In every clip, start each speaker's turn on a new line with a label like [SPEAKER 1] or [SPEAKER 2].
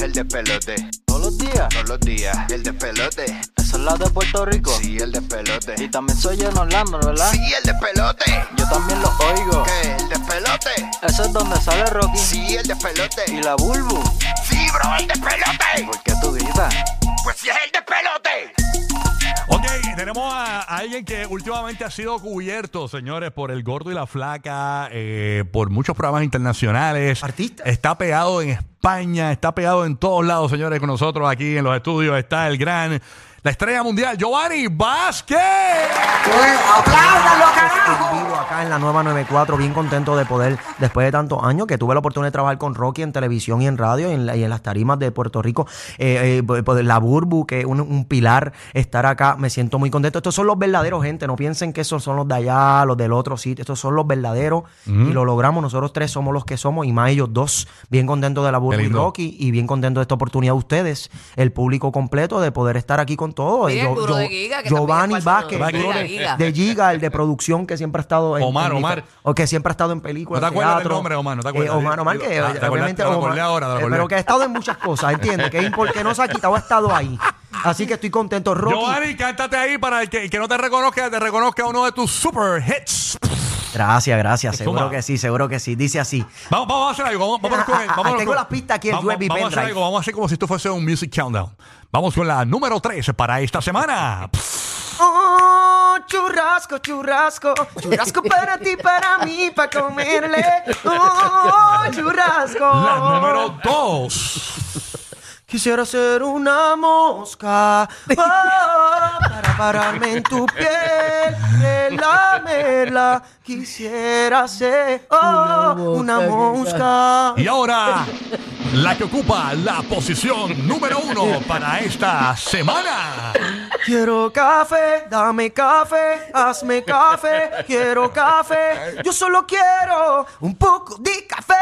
[SPEAKER 1] el despelote.
[SPEAKER 2] Todos los días,
[SPEAKER 1] Todos los días, el despelote.
[SPEAKER 2] eso es la de Puerto Rico.
[SPEAKER 1] Sí, el despelote.
[SPEAKER 2] Y también soy en Orlando, ¿verdad?
[SPEAKER 1] Sí, el despelote.
[SPEAKER 2] Yo también lo oigo.
[SPEAKER 1] ¿Qué? El despelote.
[SPEAKER 2] Eso es donde sale Rocky
[SPEAKER 1] Sí, el despelote.
[SPEAKER 2] y la Bulbu.
[SPEAKER 1] Sí, bro, el despelote.
[SPEAKER 2] ¿Por qué tú gritas?
[SPEAKER 1] Pues sí, es el despelote.
[SPEAKER 3] Ok, tenemos a, a alguien que últimamente ha sido cubierto, señores, por el gordo y la flaca, eh, por muchos programas internacionales.
[SPEAKER 4] Artista.
[SPEAKER 3] Está pegado en España, está pegado en todos lados, señores, con nosotros aquí en los estudios está el gran, la estrella mundial, Giovanni Vázquez.
[SPEAKER 4] Pues, ¡Apláudalo, carajo! En vivo acá en la nueva 94, bien contento de poder, después de tantos años que tuve la oportunidad de trabajar con Rocky en televisión y en radio y en, la- y en las tarimas de Puerto Rico, eh, eh, po- po- la Burbu, que es un, un pilar, estar acá, me siento muy contento. Estos son los verdaderos, gente, no piensen que esos son los de allá, los del otro sitio, estos son los verdaderos y lo logramos, nosotros tres somos los que somos y más ellos dos, bien contento de la Burbu y
[SPEAKER 3] lindo.
[SPEAKER 4] Rocky y bien contento de esta oportunidad de ustedes, el público completo, de poder estar aquí con todos.
[SPEAKER 5] Mira, el
[SPEAKER 4] Yo-
[SPEAKER 5] duro
[SPEAKER 4] yo-
[SPEAKER 5] de Giga, que
[SPEAKER 4] Giovanni
[SPEAKER 5] también es parte
[SPEAKER 4] Vázquez,
[SPEAKER 5] de
[SPEAKER 4] el duro
[SPEAKER 3] Giga,
[SPEAKER 4] de-
[SPEAKER 5] Giga.
[SPEAKER 4] de Giga, el de producción que siempre ha estado en.
[SPEAKER 3] Omar,
[SPEAKER 4] en-
[SPEAKER 3] Omar.
[SPEAKER 4] O que siempre ha estado en películas.
[SPEAKER 3] No te acuerdas del
[SPEAKER 4] teatro.
[SPEAKER 3] nombre, Omar, no te acuerdas.
[SPEAKER 4] Eh, Omar, Omar,
[SPEAKER 3] Ah, te
[SPEAKER 4] que
[SPEAKER 3] acordaste, te
[SPEAKER 4] obviamente.
[SPEAKER 3] lo
[SPEAKER 4] Omar-
[SPEAKER 3] acordé ahora, te lo
[SPEAKER 4] eh,
[SPEAKER 3] acordé.
[SPEAKER 4] pero que ha estado en muchas cosas, entiende Que, es impor- que no se ha quitado, ha estado ahí. Así que estoy contento, Rocky.
[SPEAKER 3] Giovanni, cántate ahí para el que, el que no te reconozca, te reconozca uno de tus super hits.
[SPEAKER 4] Gracias, gracias.
[SPEAKER 3] Toma.
[SPEAKER 4] Seguro que sí, seguro que sí. Dice así.
[SPEAKER 3] Vamos, vamos a hacer algo. Vamos, vámonos con el,
[SPEAKER 4] Ah,
[SPEAKER 3] vámonos
[SPEAKER 4] tengo
[SPEAKER 3] con-
[SPEAKER 4] las pistas aquí, el
[SPEAKER 3] vamos,
[SPEAKER 4] USB
[SPEAKER 3] vamos a hacer
[SPEAKER 4] pendrive.
[SPEAKER 3] algo. Vamos a hacer como si esto fuese un music countdown. Vamos con la número 3 para esta semana.
[SPEAKER 4] Oh, churrasco, churrasco. Churrasco para ti, para mí, para comerle. Oh, churrasco.
[SPEAKER 3] La número 2.
[SPEAKER 4] Quisiera ser una mosca ah, para pararme en tu piel, relamerla. Quisiera ser oh, una mosca.
[SPEAKER 3] Y ahora, la que ocupa la posición número 1 para esta semana.
[SPEAKER 4] Quiero café, dame café, hazme café. Quiero café, yo solo quiero un poco de café.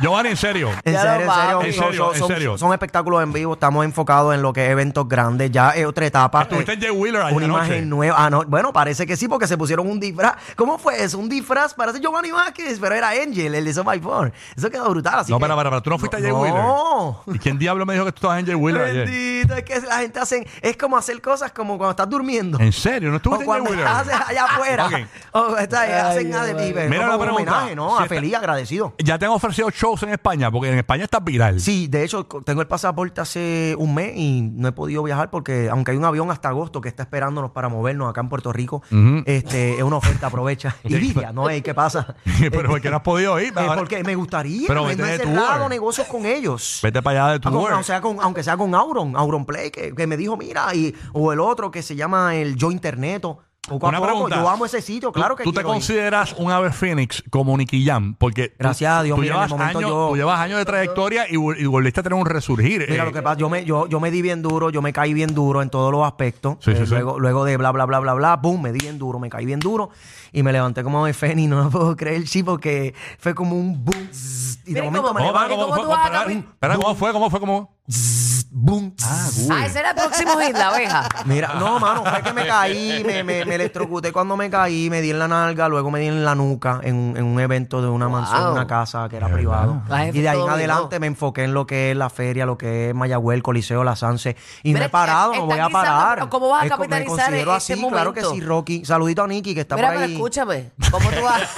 [SPEAKER 3] Giovanni, en serio.
[SPEAKER 4] En
[SPEAKER 5] Ya
[SPEAKER 4] serio,
[SPEAKER 5] lo
[SPEAKER 4] en
[SPEAKER 5] va,
[SPEAKER 4] serio,
[SPEAKER 5] en
[SPEAKER 4] son-
[SPEAKER 3] serio,
[SPEAKER 4] son-
[SPEAKER 3] en
[SPEAKER 4] son-
[SPEAKER 3] serio.
[SPEAKER 4] son espectáculos en vivo. Estamos enfocados en lo que es eventos grandes. Ya es otra etapa.
[SPEAKER 3] Estuviste
[SPEAKER 4] Eh,
[SPEAKER 3] en Jay Wheeler ayer
[SPEAKER 4] Una
[SPEAKER 3] anoche.
[SPEAKER 4] imagen nueva. Ah, no, bueno, parece que sí, porque se pusieron un disfraz. ¿Cómo fue eso? Un disfraz, parece Giovanni Vázquez, pero era Angel, el de So My Phone. Eso quedó brutal. Así
[SPEAKER 3] No,
[SPEAKER 4] que-
[SPEAKER 3] para, para, para. Tú no fuiste a Jay Wheeler.
[SPEAKER 4] No.
[SPEAKER 3] ¿Y quién diablo me dijo que tú estabas en Jay Wheeler ayer?
[SPEAKER 4] Bendito, es que la gente hace. Es como hacer cosas como cuando estás durmiendo.
[SPEAKER 3] ¿En serio? ¿No
[SPEAKER 4] O
[SPEAKER 3] estuviste en Jay
[SPEAKER 4] cuando
[SPEAKER 3] Wheeler?
[SPEAKER 4] estás allá afuera.
[SPEAKER 3] Ok.
[SPEAKER 4] O está- hacen a- y-
[SPEAKER 3] Mira
[SPEAKER 4] como
[SPEAKER 3] la
[SPEAKER 4] un
[SPEAKER 3] pregunta.
[SPEAKER 4] homenaje, ¿no?
[SPEAKER 3] Si
[SPEAKER 4] a
[SPEAKER 3] está-
[SPEAKER 4] feliz, agradecido.
[SPEAKER 3] Ya te han ofrecido shows en España, porque en España estás viral.
[SPEAKER 4] Sí, de hecho, co- tengo el pasaporte hace un mes y no he podido viajar porque, aunque hay un avión hasta agosto que está esperándonos para movernos acá en Puerto Rico, este, es una oferta, aprovecha. y viva, ¿no? Ey, ¿Qué pasa?
[SPEAKER 3] Pero porque no has podido ir.
[SPEAKER 4] Eh, porque me gustaría,
[SPEAKER 3] Pero
[SPEAKER 4] no he
[SPEAKER 3] vete de
[SPEAKER 4] cerrado
[SPEAKER 3] tour.
[SPEAKER 4] negocios con ellos.
[SPEAKER 3] Vete para allá de tu
[SPEAKER 4] Ah, con-
[SPEAKER 3] work.
[SPEAKER 4] o sea, con- aunque sea con Auron, Auron Play, que, que me dijo, mira, y, o el otro que se llama el Yo Interneto. Poco
[SPEAKER 3] Una
[SPEAKER 4] a poco,
[SPEAKER 3] pregunta.
[SPEAKER 4] yo amo ese sitio, claro
[SPEAKER 3] ¿Tú-
[SPEAKER 4] que
[SPEAKER 3] ¿Tú te
[SPEAKER 4] quiero ir.
[SPEAKER 3] consideras un ave Phoenix como Nicky Jam? Porque tú-
[SPEAKER 4] Gracias a Dios,
[SPEAKER 3] tú,
[SPEAKER 4] mira, en el
[SPEAKER 3] llevas
[SPEAKER 4] momento
[SPEAKER 3] años,
[SPEAKER 4] yo-
[SPEAKER 3] tú llevas años de trayectoria y, vol- y volviste a tener un resurgir.
[SPEAKER 4] Mira
[SPEAKER 3] eh.
[SPEAKER 4] lo que pasa, yo me, yo, yo me di bien duro, yo me caí bien duro en todos los aspectos. Eh,
[SPEAKER 3] Sí, sí, sí.
[SPEAKER 4] luego, luego de bla, bla, bla, bla, bla, boom, me di bien duro, me caí bien duro y me levanté como de Feni, no lo puedo creer, sí, porque fue como un boom. zzz, Y de
[SPEAKER 5] Mira
[SPEAKER 4] momento
[SPEAKER 5] cómo-
[SPEAKER 4] me
[SPEAKER 3] ¿Cómo, va?
[SPEAKER 5] Giovanni,
[SPEAKER 4] levanté.
[SPEAKER 3] ¿Cómo,
[SPEAKER 5] ¿cómo
[SPEAKER 3] fue?
[SPEAKER 5] tú vas a
[SPEAKER 3] Espera,
[SPEAKER 5] cambiar?
[SPEAKER 3] espera, ¿cómo fue? ¿Cómo fue? ¿Cómo?
[SPEAKER 4] Ah, zzz, boom, zzz.
[SPEAKER 5] Ah, ese era el próximo hit, la abeja.
[SPEAKER 4] Mira, no, mano, fue que me caí, me, me, me electrocuté cuando me caí, me di en la nalga, luego me di en la nuca en, un- en un evento de una
[SPEAKER 5] Wow.
[SPEAKER 4] mansión, una casa que era privado.
[SPEAKER 5] La gente
[SPEAKER 4] Y de ahí en
[SPEAKER 5] todo dominó.
[SPEAKER 4] adelante me enfoqué en lo que es la feria, lo que es Mayagüez, el Coliseo, la Sanse. Y no
[SPEAKER 5] Mira,
[SPEAKER 4] he parado, no
[SPEAKER 5] están
[SPEAKER 4] voy a
[SPEAKER 5] guisando,
[SPEAKER 4] parar.
[SPEAKER 5] pero ¿cómo vas a
[SPEAKER 4] Es co-
[SPEAKER 5] capitalizar
[SPEAKER 4] Me considero
[SPEAKER 5] este
[SPEAKER 4] así, claro que
[SPEAKER 5] momento?
[SPEAKER 4] sí, Rocky. Saludito a Nicky, que está
[SPEAKER 5] Mira,
[SPEAKER 4] por
[SPEAKER 5] pero
[SPEAKER 4] ahí.
[SPEAKER 5] escúchame. ¿Cómo tú vas?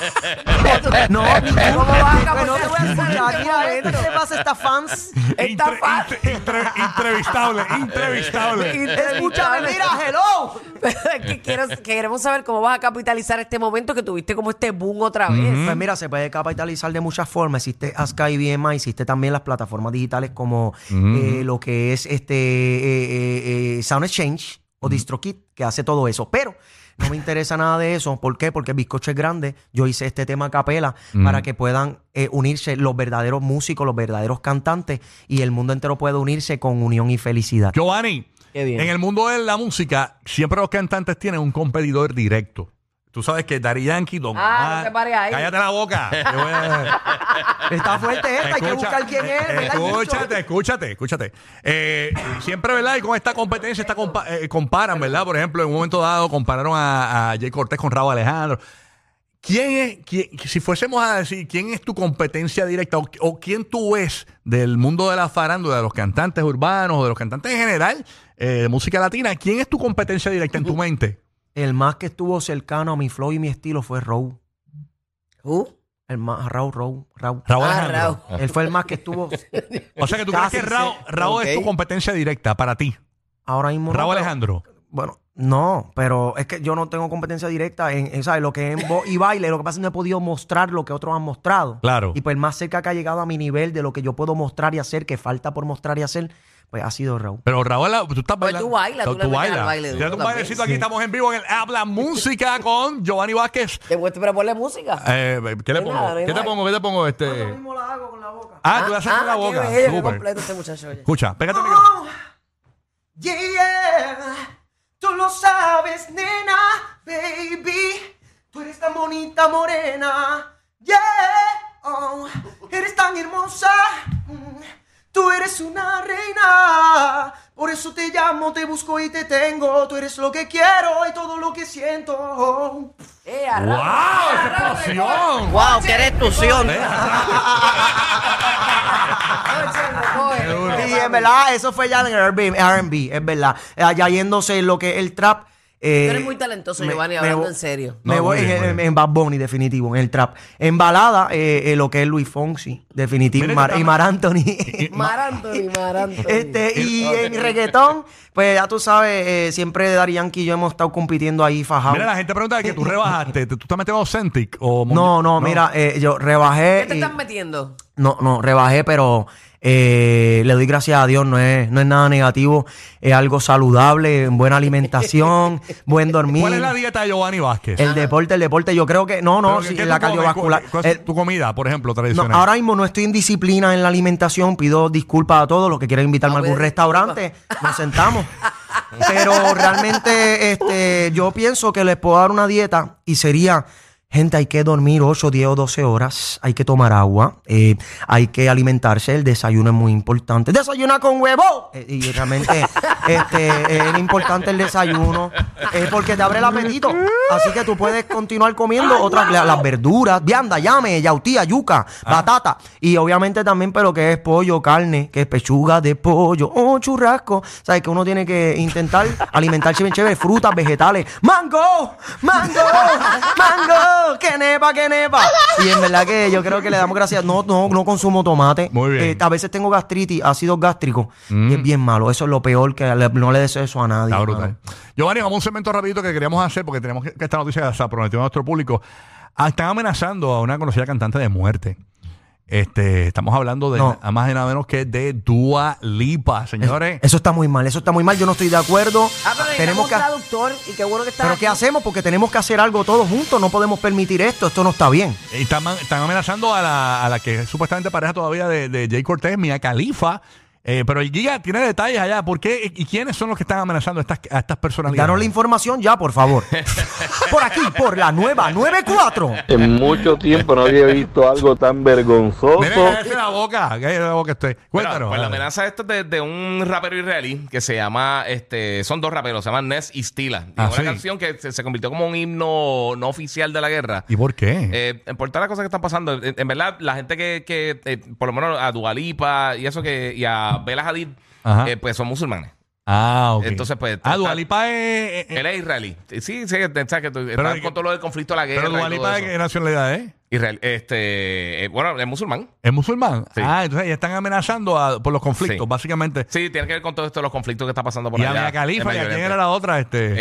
[SPEAKER 5] ¿Cómo tú-
[SPEAKER 4] No,
[SPEAKER 5] ¿Cómo vas
[SPEAKER 4] no
[SPEAKER 5] a
[SPEAKER 4] te voy a
[SPEAKER 5] capitalizar
[SPEAKER 4] escuchar.
[SPEAKER 5] este
[SPEAKER 4] Mira, a ver, ¿qué
[SPEAKER 5] momento?
[SPEAKER 4] le pasa a estas fans?
[SPEAKER 5] Está
[SPEAKER 3] Intre-
[SPEAKER 5] fácil.
[SPEAKER 3] intre- intre- entrevistable, entrevistable.
[SPEAKER 4] Escúchame, mira, hello.
[SPEAKER 5] Pero es que quiero- queremos saber cómo vas a capitalizar este momento que tuviste como este boom otra vez.
[SPEAKER 4] Pues mira, se puede capitalizar de muchas formas. Existe Aska y BMI, existe también las plataformas digitales como eh, lo que es este eh, eh, eh, Sound Exchange o DistroKid, que hace todo eso. Pero no me interesa nada de eso. ¿Por qué? Porque Bizcocho es grande. Yo hice este tema a capela para que puedan eh, unirse los verdaderos músicos, los verdaderos cantantes y el mundo entero puede unirse con unión y felicidad.
[SPEAKER 3] Giovanni,
[SPEAKER 5] Qué bien.
[SPEAKER 3] en el mundo de la música, siempre los cantantes tienen un competidor directo. Tú sabes que Dari Yankee, Don
[SPEAKER 5] Ah,
[SPEAKER 3] Omar-
[SPEAKER 5] no te pares ahí.
[SPEAKER 3] Cállate la boca. Yo voy a-
[SPEAKER 4] Está fuerte esta, hay que
[SPEAKER 3] Escucha,
[SPEAKER 4] buscar quién es. ¿verdad?
[SPEAKER 3] Escúchate, escúchate, escúchate. Eh, siempre, ¿verdad? Y con esta competencia esta compa- eh, comparan, ¿verdad? Por ejemplo, en un momento dado compararon a, a Jay Cortés con Raúl Alejandro. ¿Quién es, quién- si fuésemos a decir quién es tu competencia directa o, o quién tú ves del mundo de la farándula, de los cantantes urbanos o de los cantantes en general eh, de música latina, ¿quién es tu competencia directa en tu mente?
[SPEAKER 4] El más que estuvo cercano a mi flow y mi estilo fue Row.
[SPEAKER 5] Uh,
[SPEAKER 4] El más, Raúl, Raúl, Raúl.
[SPEAKER 3] Raúl
[SPEAKER 5] Ah,
[SPEAKER 3] Alejandro.
[SPEAKER 4] Él fue el más que estuvo.
[SPEAKER 3] O sea que tú crees
[SPEAKER 4] Casi
[SPEAKER 3] que Raúl,
[SPEAKER 4] se-
[SPEAKER 3] Raúl es
[SPEAKER 4] ok.
[SPEAKER 3] tu competencia directa para ti.
[SPEAKER 4] Ahora mismo. no,
[SPEAKER 3] Raúl
[SPEAKER 4] pero-
[SPEAKER 3] Alejandro.
[SPEAKER 4] Bueno, no, pero es que yo no tengo competencia directa en, en, ¿sabes? lo que es en voz y baile. Lo que pasa es que no he podido mostrar lo que otros han mostrado.
[SPEAKER 3] Claro.
[SPEAKER 4] Y pues más cerca que ha llegado a mi nivel de lo que yo puedo mostrar y hacer, que falta por mostrar y hacer, pues ha sido Raúl.
[SPEAKER 3] Pero Raúl, tú estás
[SPEAKER 5] Pues
[SPEAKER 3] bailando.
[SPEAKER 5] tú bailas, tú le metes al
[SPEAKER 3] bailas.
[SPEAKER 5] baile duro
[SPEAKER 3] Tírate un
[SPEAKER 5] también.
[SPEAKER 3] bailecito aquí, estamos en vivo en el Habla Música con Giovanni Vázquez.
[SPEAKER 5] te vuelto para ponerle música.
[SPEAKER 3] Eh, ¿Qué le
[SPEAKER 5] No
[SPEAKER 3] pongo?
[SPEAKER 5] hay nada, no hay
[SPEAKER 3] ¿Qué te
[SPEAKER 5] nada.
[SPEAKER 3] pongo? ¿Qué te pongo? Este... Ah, tú le haces con la boca.
[SPEAKER 5] Qué bello, qué
[SPEAKER 3] Súper.
[SPEAKER 5] completo este muchacho. oye.
[SPEAKER 3] Escucha, pégate el micrófono.
[SPEAKER 6] Yeah, tú lo sabes, nena, baby. Tú eres tan bonita, morena. Yeah, oh, eres tan hermosa. mm, Tú eres una reina. Por eso te llamo, te busco y te tengo. Tú eres lo que quiero y todo lo que siento.
[SPEAKER 5] Eh, a
[SPEAKER 3] ¡Wow!
[SPEAKER 5] rabo.
[SPEAKER 3] ¡Qué explosión!
[SPEAKER 7] ¡Wow! ¡Qué destrucción!
[SPEAKER 5] Coge, coge.
[SPEAKER 4] Sí, es verdad, eso fue ya en el R&B, R&B, es verdad. Eh, Allá yéndose en lo que es el trap. eh,
[SPEAKER 5] Tú eres muy talentoso,
[SPEAKER 4] me-
[SPEAKER 5] Giovanni,
[SPEAKER 4] me
[SPEAKER 5] hablando
[SPEAKER 4] vo-
[SPEAKER 5] en serio.
[SPEAKER 3] No,
[SPEAKER 4] me voy
[SPEAKER 3] muy bien,
[SPEAKER 4] en,
[SPEAKER 3] muy
[SPEAKER 4] en-
[SPEAKER 3] bien.
[SPEAKER 4] en Bad Bunny, definitivo, en el trap. En balada, eh, eh, lo que es Luis Fonsi, definitivo,
[SPEAKER 3] Mira,
[SPEAKER 4] y Mar-
[SPEAKER 3] yo
[SPEAKER 4] y Mar Anthony.
[SPEAKER 5] Marantoni, Marantoni.
[SPEAKER 3] Eh,
[SPEAKER 4] Este, y en reggaetón, pues ya tú sabes, eh, siempre Dari Yankee y yo hemos estado compitiendo ahí fajado.
[SPEAKER 3] Mira, la gente pregunta que tú rebajaste. ¿Tú estás metido Authentic o
[SPEAKER 4] no, no, mira, eh, yo rebajé.
[SPEAKER 5] ¿Qué te
[SPEAKER 4] y-
[SPEAKER 5] estás metiendo?
[SPEAKER 4] No, no, rebajé, pero eh, le doy gracias a Dios, no es, no es nada negativo, es algo saludable, buena alimentación, buen dormir.
[SPEAKER 3] ¿Cuál es la dieta de Giovanni Vázquez?
[SPEAKER 4] el deporte, el deporte, yo creo que no,
[SPEAKER 3] Pero,
[SPEAKER 4] Eh, no,
[SPEAKER 3] ¿qué-
[SPEAKER 4] sí,
[SPEAKER 3] qué tú
[SPEAKER 4] la
[SPEAKER 3] comes?
[SPEAKER 4] cardiovascular.
[SPEAKER 3] ¿Cuál- cuál es
[SPEAKER 4] Eh,
[SPEAKER 3] tu comida, por ejemplo,
[SPEAKER 4] no,
[SPEAKER 3] tradicional?
[SPEAKER 4] ahora mismo no estoy en disciplina en la alimentación, pido disculpas a todos los que quieran invitarme
[SPEAKER 5] Ah,
[SPEAKER 4] a algún
[SPEAKER 5] pues,
[SPEAKER 4] restaurante, nos sentamos. Pero realmente este, yo pienso que les puedo dar una dieta y sería, gente, hay que dormir 8, 10 o 12 horas, hay que tomar agua, eh, hay que alimentarse, el desayuno es muy importante. ¡Desayuna con huevo! Eh, y realmente este, es importante el desayuno eh, porque te abre el apetito. Así que tú puedes continuar comiendo otras, la- las verduras, vianda, llame, yautía, yuca,
[SPEAKER 3] Ah.
[SPEAKER 4] batata. Y obviamente también, pero que es pollo, carne, que es pechuga de pollo, oh, churrasco. Sabes que uno tiene que intentar alimentarse bien chévere, frutas, vegetales. ¡Mango! ¡Mango! ¡Mango! ¡Que nepa, que nepa! Y en verdad que yo creo que le damos gracias. No, no, no consumo tomate.
[SPEAKER 3] Muy bien. Mm.
[SPEAKER 4] Eh, a veces tengo gastritis, ácido gástrico. Y es bien malo. Eso es lo peor que le- no le deseo eso a nadie.
[SPEAKER 3] Está
[SPEAKER 4] hermano.
[SPEAKER 3] brutal. Giovanni, vamos a un segmento rapidito que queríamos hacer porque tenemos que que esta noticia se la prometió a nuestro público. Ah, Están amenazando a una conocida cantante de muerte. Este, estamos hablando de
[SPEAKER 4] No.
[SPEAKER 3] nada más y nada menos que de Dua Lipa, señores.
[SPEAKER 4] Eso está muy mal, eso está muy mal. Yo no estoy de acuerdo.
[SPEAKER 5] Ah, pero
[SPEAKER 4] tenemos
[SPEAKER 5] necesitamos
[SPEAKER 4] que
[SPEAKER 5] un traductor y qué bueno que estás
[SPEAKER 4] Pero ¿qué
[SPEAKER 5] aquí.
[SPEAKER 4] hacemos? Porque tenemos que hacer algo todos juntos. No podemos permitir esto. Esto no está bien.
[SPEAKER 3] Y Están, están amenazando a la, a la que es supuestamente pareja todavía de, de Jay Cortés, Mia Khalifa. Eh, pero el guía tiene detalles allá. ¿Por qué y quiénes son los que están amenazando a estas, a estas personalidades?
[SPEAKER 4] Danos la información ya, por favor. por aquí, por la nueva 94.
[SPEAKER 8] En mucho tiempo no había visto algo tan vergonzoso.
[SPEAKER 3] Mira, cállese la boca. cállese la boca usted.
[SPEAKER 9] Mira,
[SPEAKER 3] Cuéntanos.
[SPEAKER 9] pues la amenaza esta es de, de un rapero israelí que se llama, este, son dos raperos, se llaman Ness y Stila. Y
[SPEAKER 3] Ah,
[SPEAKER 9] una
[SPEAKER 3] sí.
[SPEAKER 9] canción que se, se convirtió como un himno no oficial de la guerra.
[SPEAKER 3] ¿Y por qué?
[SPEAKER 9] Eh, por todas las cosas que están pasando, en, en verdad, la gente que, que, eh, por lo menos a Dualipa y eso que, y a Bela Hadid,
[SPEAKER 3] Ajá.
[SPEAKER 9] eh, pues son musulmanes.
[SPEAKER 3] ah, ok.
[SPEAKER 9] entonces, pues,
[SPEAKER 3] Ah,
[SPEAKER 9] está-
[SPEAKER 3] Dualipa es. eh,
[SPEAKER 9] Él es israelí. Sí, sí, o sea, que tú- están
[SPEAKER 3] y-
[SPEAKER 9] con todo lo del conflicto de la guerra.
[SPEAKER 3] pero
[SPEAKER 9] y todo
[SPEAKER 3] Dualipa es
[SPEAKER 9] eso.
[SPEAKER 3] qué nacionalidad, ¿eh?
[SPEAKER 9] Israel- este, eh, bueno, es musulmán.
[SPEAKER 3] ¿Es musulmán?
[SPEAKER 9] Sí.
[SPEAKER 3] Ah, entonces ya están amenazando a- por los conflictos,
[SPEAKER 9] Sí.
[SPEAKER 3] básicamente.
[SPEAKER 9] Sí, tiene que ver con todo esto, los conflictos que está pasando por
[SPEAKER 3] Y a
[SPEAKER 9] allá.
[SPEAKER 3] Mia
[SPEAKER 9] en
[SPEAKER 3] Khalifa, ¿y
[SPEAKER 9] Medio
[SPEAKER 3] a quién
[SPEAKER 9] Oriente.
[SPEAKER 3] era la otra? Este?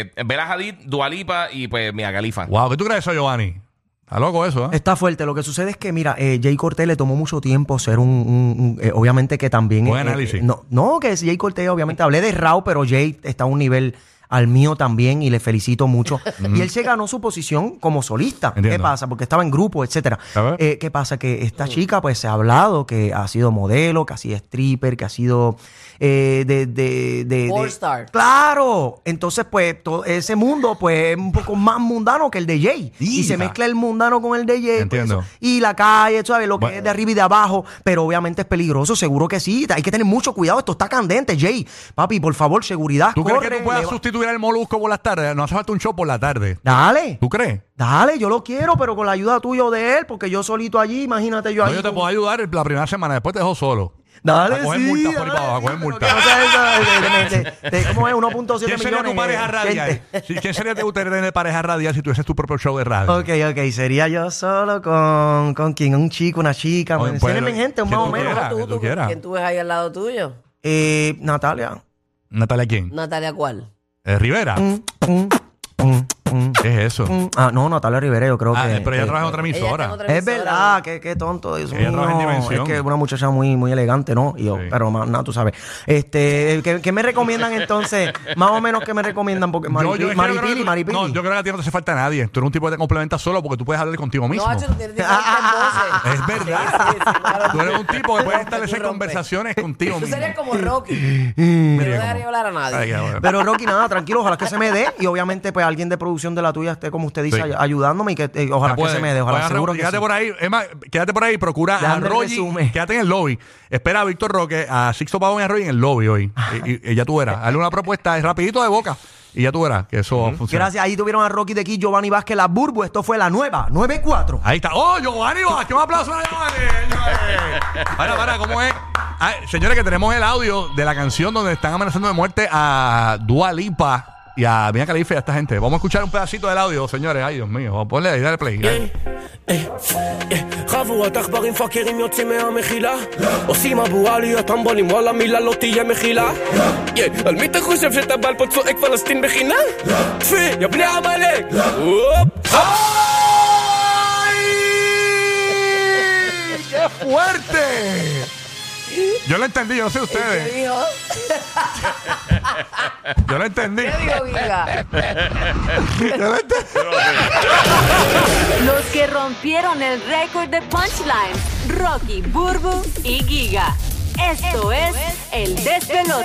[SPEAKER 9] Eh, Bela Hadid, Dualipa y pues Mia Khalifa.
[SPEAKER 3] Wow, ¿qué tú crees de eso, Giovanni? Está loco eso, ¿eh?
[SPEAKER 4] Está fuerte. Lo que sucede es que, mira, eh, Jay Cortés le tomó mucho tiempo ser un. un- un- eh, obviamente que también.
[SPEAKER 3] Buen
[SPEAKER 4] eh,
[SPEAKER 3] análisis.
[SPEAKER 4] eh, no, no, que es Jay Cortés, obviamente. Hablé de Rao, pero Jay está a un nivel al mío también y le felicito mucho. y él se ganó su posición como solista. ¿Qué
[SPEAKER 3] Entiendo.
[SPEAKER 4] pasa? Porque estaba en grupo, etcétera.
[SPEAKER 3] A ver.
[SPEAKER 4] Eh, ¿Qué pasa? Que esta chica, pues, se ha hablado que ha sido modelo, que ha sido stripper, que ha sido eh, de, de, de- de-
[SPEAKER 5] All star.
[SPEAKER 4] Claro. Entonces, pues, todo ese mundo, pues, es un poco más mundano que el de Jay. Y se
[SPEAKER 3] Hija.
[SPEAKER 4] mezcla el mundano con el de Jay. pues,
[SPEAKER 3] Entiendo.
[SPEAKER 4] eso. Y la calle, ¿sabes? Lo que
[SPEAKER 3] Bueno.
[SPEAKER 4] es de arriba y de abajo. Pero obviamente es peligroso, seguro que sí. Hay que tener mucho cuidado. Esto está candente, Jay. Papi, por favor, seguridad.
[SPEAKER 3] ¿Tú crees que
[SPEAKER 4] corre,
[SPEAKER 3] tú puedas
[SPEAKER 4] leva-
[SPEAKER 3] sustituir tuviera el molusco por las tardes, nos hace falta un show por la tarde.
[SPEAKER 4] Dale,
[SPEAKER 3] ¿Tú crees?
[SPEAKER 4] dale, yo lo quiero, pero con la ayuda tuya o de él, porque yo solito allí, imagínate yo
[SPEAKER 3] No,
[SPEAKER 4] ahí.
[SPEAKER 3] yo te
[SPEAKER 4] con-
[SPEAKER 3] puedo ayudar la primera semana, después te dejo solo.
[SPEAKER 4] Dale,
[SPEAKER 3] A coger
[SPEAKER 4] sí,
[SPEAKER 3] multas por ahí
[SPEAKER 4] dale,
[SPEAKER 3] para abajo, a coger
[SPEAKER 4] sí, pero
[SPEAKER 3] multas.
[SPEAKER 4] que no sea esa- de- de- de- de- ¿Cómo es? 1.7
[SPEAKER 3] ¿Quién
[SPEAKER 4] millones.
[SPEAKER 3] sería tu pareja
[SPEAKER 4] eh,
[SPEAKER 3] radial?
[SPEAKER 4] gente.
[SPEAKER 3] Sí, ¿Quién sería tu tener pareja radial si tuvieses tu propio show de radio?
[SPEAKER 4] Ok, ok, sería yo solo con, con quién, un chico, una chica.
[SPEAKER 3] Oye,
[SPEAKER 4] me- Enséñenme
[SPEAKER 3] pues,
[SPEAKER 4] gente,
[SPEAKER 3] si
[SPEAKER 4] más o
[SPEAKER 3] tú
[SPEAKER 4] menos.
[SPEAKER 3] quieras. que tú quieras.
[SPEAKER 5] ¿Quién tú ves ahí al lado tuyo?
[SPEAKER 4] Eh, Natalia.
[SPEAKER 3] Natalia, ¿quién?
[SPEAKER 5] Natalia, ¿cuál?
[SPEAKER 3] Eh, Rivera.
[SPEAKER 4] Mm. Pum, pum, pum,
[SPEAKER 3] ¿Qué es eso?
[SPEAKER 4] pum. Ah, no, Natalia Rivera, yo creo
[SPEAKER 3] Ah,
[SPEAKER 4] que.
[SPEAKER 3] eh, pero ella
[SPEAKER 4] que-
[SPEAKER 3] trabaja en otra
[SPEAKER 5] Ella está en
[SPEAKER 3] emisora.
[SPEAKER 5] otra
[SPEAKER 4] Es
[SPEAKER 5] emisora.
[SPEAKER 4] verdad, qué, qué tonto, Dios
[SPEAKER 3] Ella trabaja en
[SPEAKER 4] mío. Es
[SPEAKER 3] Dimensión.
[SPEAKER 4] que una muchacha muy, muy elegante, ¿no? Y yo,
[SPEAKER 3] Sí.
[SPEAKER 4] pero más nada, tú sabes. Este, ¿qué, qué me recomiendan entonces? más o menos, ¿qué me recomiendan? Porque
[SPEAKER 5] Pues
[SPEAKER 3] Yo- yo-
[SPEAKER 4] Maripili,
[SPEAKER 3] es que yo creo que
[SPEAKER 4] Maripili,
[SPEAKER 3] tú- No, yo
[SPEAKER 4] Maripili.
[SPEAKER 3] creo que a ti no te hace falta a nadie. Tú eres un tipo que te complementa solo porque tú puedes hablar contigo mismo.
[SPEAKER 5] No, Hacho, tú tienes diferentes voces.
[SPEAKER 3] Es verdad.
[SPEAKER 5] Ah, Sí, sí, sí, claro.
[SPEAKER 3] Tú eres un tipo que puede
[SPEAKER 5] Tú rompes, tú
[SPEAKER 3] establecer
[SPEAKER 5] rompes.
[SPEAKER 3] conversaciones contigo
[SPEAKER 5] Tú
[SPEAKER 3] mismo.
[SPEAKER 5] serías como Rocky.
[SPEAKER 3] Mira,
[SPEAKER 5] No
[SPEAKER 3] como-
[SPEAKER 5] dejaría hablar a
[SPEAKER 3] Ay,
[SPEAKER 5] nadie.
[SPEAKER 3] qué bueno.
[SPEAKER 4] Pero Rocky, nada, tranquilo, ojalá que se me dé. Y obviamente, pues alguien de producción de la tuya esté, como usted dice,
[SPEAKER 3] Sí.
[SPEAKER 4] ay- ayudándome y que eh, ojalá
[SPEAKER 3] Ya puede.
[SPEAKER 4] que se me dé. Ojalá
[SPEAKER 3] Vaya,
[SPEAKER 4] seguro
[SPEAKER 3] Raúl,
[SPEAKER 4] que
[SPEAKER 3] quédate
[SPEAKER 4] sí.
[SPEAKER 3] por ahí, Emma, quédate por ahí, procura a
[SPEAKER 4] Dejando el
[SPEAKER 3] Roy,
[SPEAKER 4] resumen.
[SPEAKER 3] quédate en el lobby. Espera a Víctor Roque, a Sixto Pavón y a Roy en el lobby hoy. Y, y- y ya tú verás. Hazle una propuesta es rapidito de boca y ya tú verás que eso funciona.
[SPEAKER 4] Gracias, ahí tuvieron a Rocky de aquí, Giovanni Vázquez, la Burbu. Esto fue la nueva, 94.
[SPEAKER 3] Ahí está. ¡Oh, Giovanni! ¡Qué un aplauso a Giovanni! señores! Para, para, ¿cómo es? Ah, señores, que tenemos el audio de la canción donde están amenazando de muerte a Dua Lipa y a Mia Khalifa y a esta gente. Vamos a escuchar un pedacito del audio, señores. Ay, Dios mío. Vamos a Ponle ahí, dale play. dale.
[SPEAKER 7] רבו התחברים פאקרים יוצאים מהמחילה עושים אבו עלי הטמבונים וואלה מילה לא תהיה מכילה יא, על מי אתה חושב שאתה בעל פה צועק פלסטין בחינם? צפי, יא בני עמלק! הופ!
[SPEAKER 3] ¡Ay! ¡Qué fuerte! Yo lo entendí, yo no sé
[SPEAKER 5] ¿Qué
[SPEAKER 3] ustedes.
[SPEAKER 5] dijo?
[SPEAKER 3] Yo lo entendí.
[SPEAKER 5] ¿Qué dijo, Giga?
[SPEAKER 3] Yo lo entendí.
[SPEAKER 10] Los que rompieron el récord de punchlines, Rocky, Burbu y Giga. Esto, es, el despelote.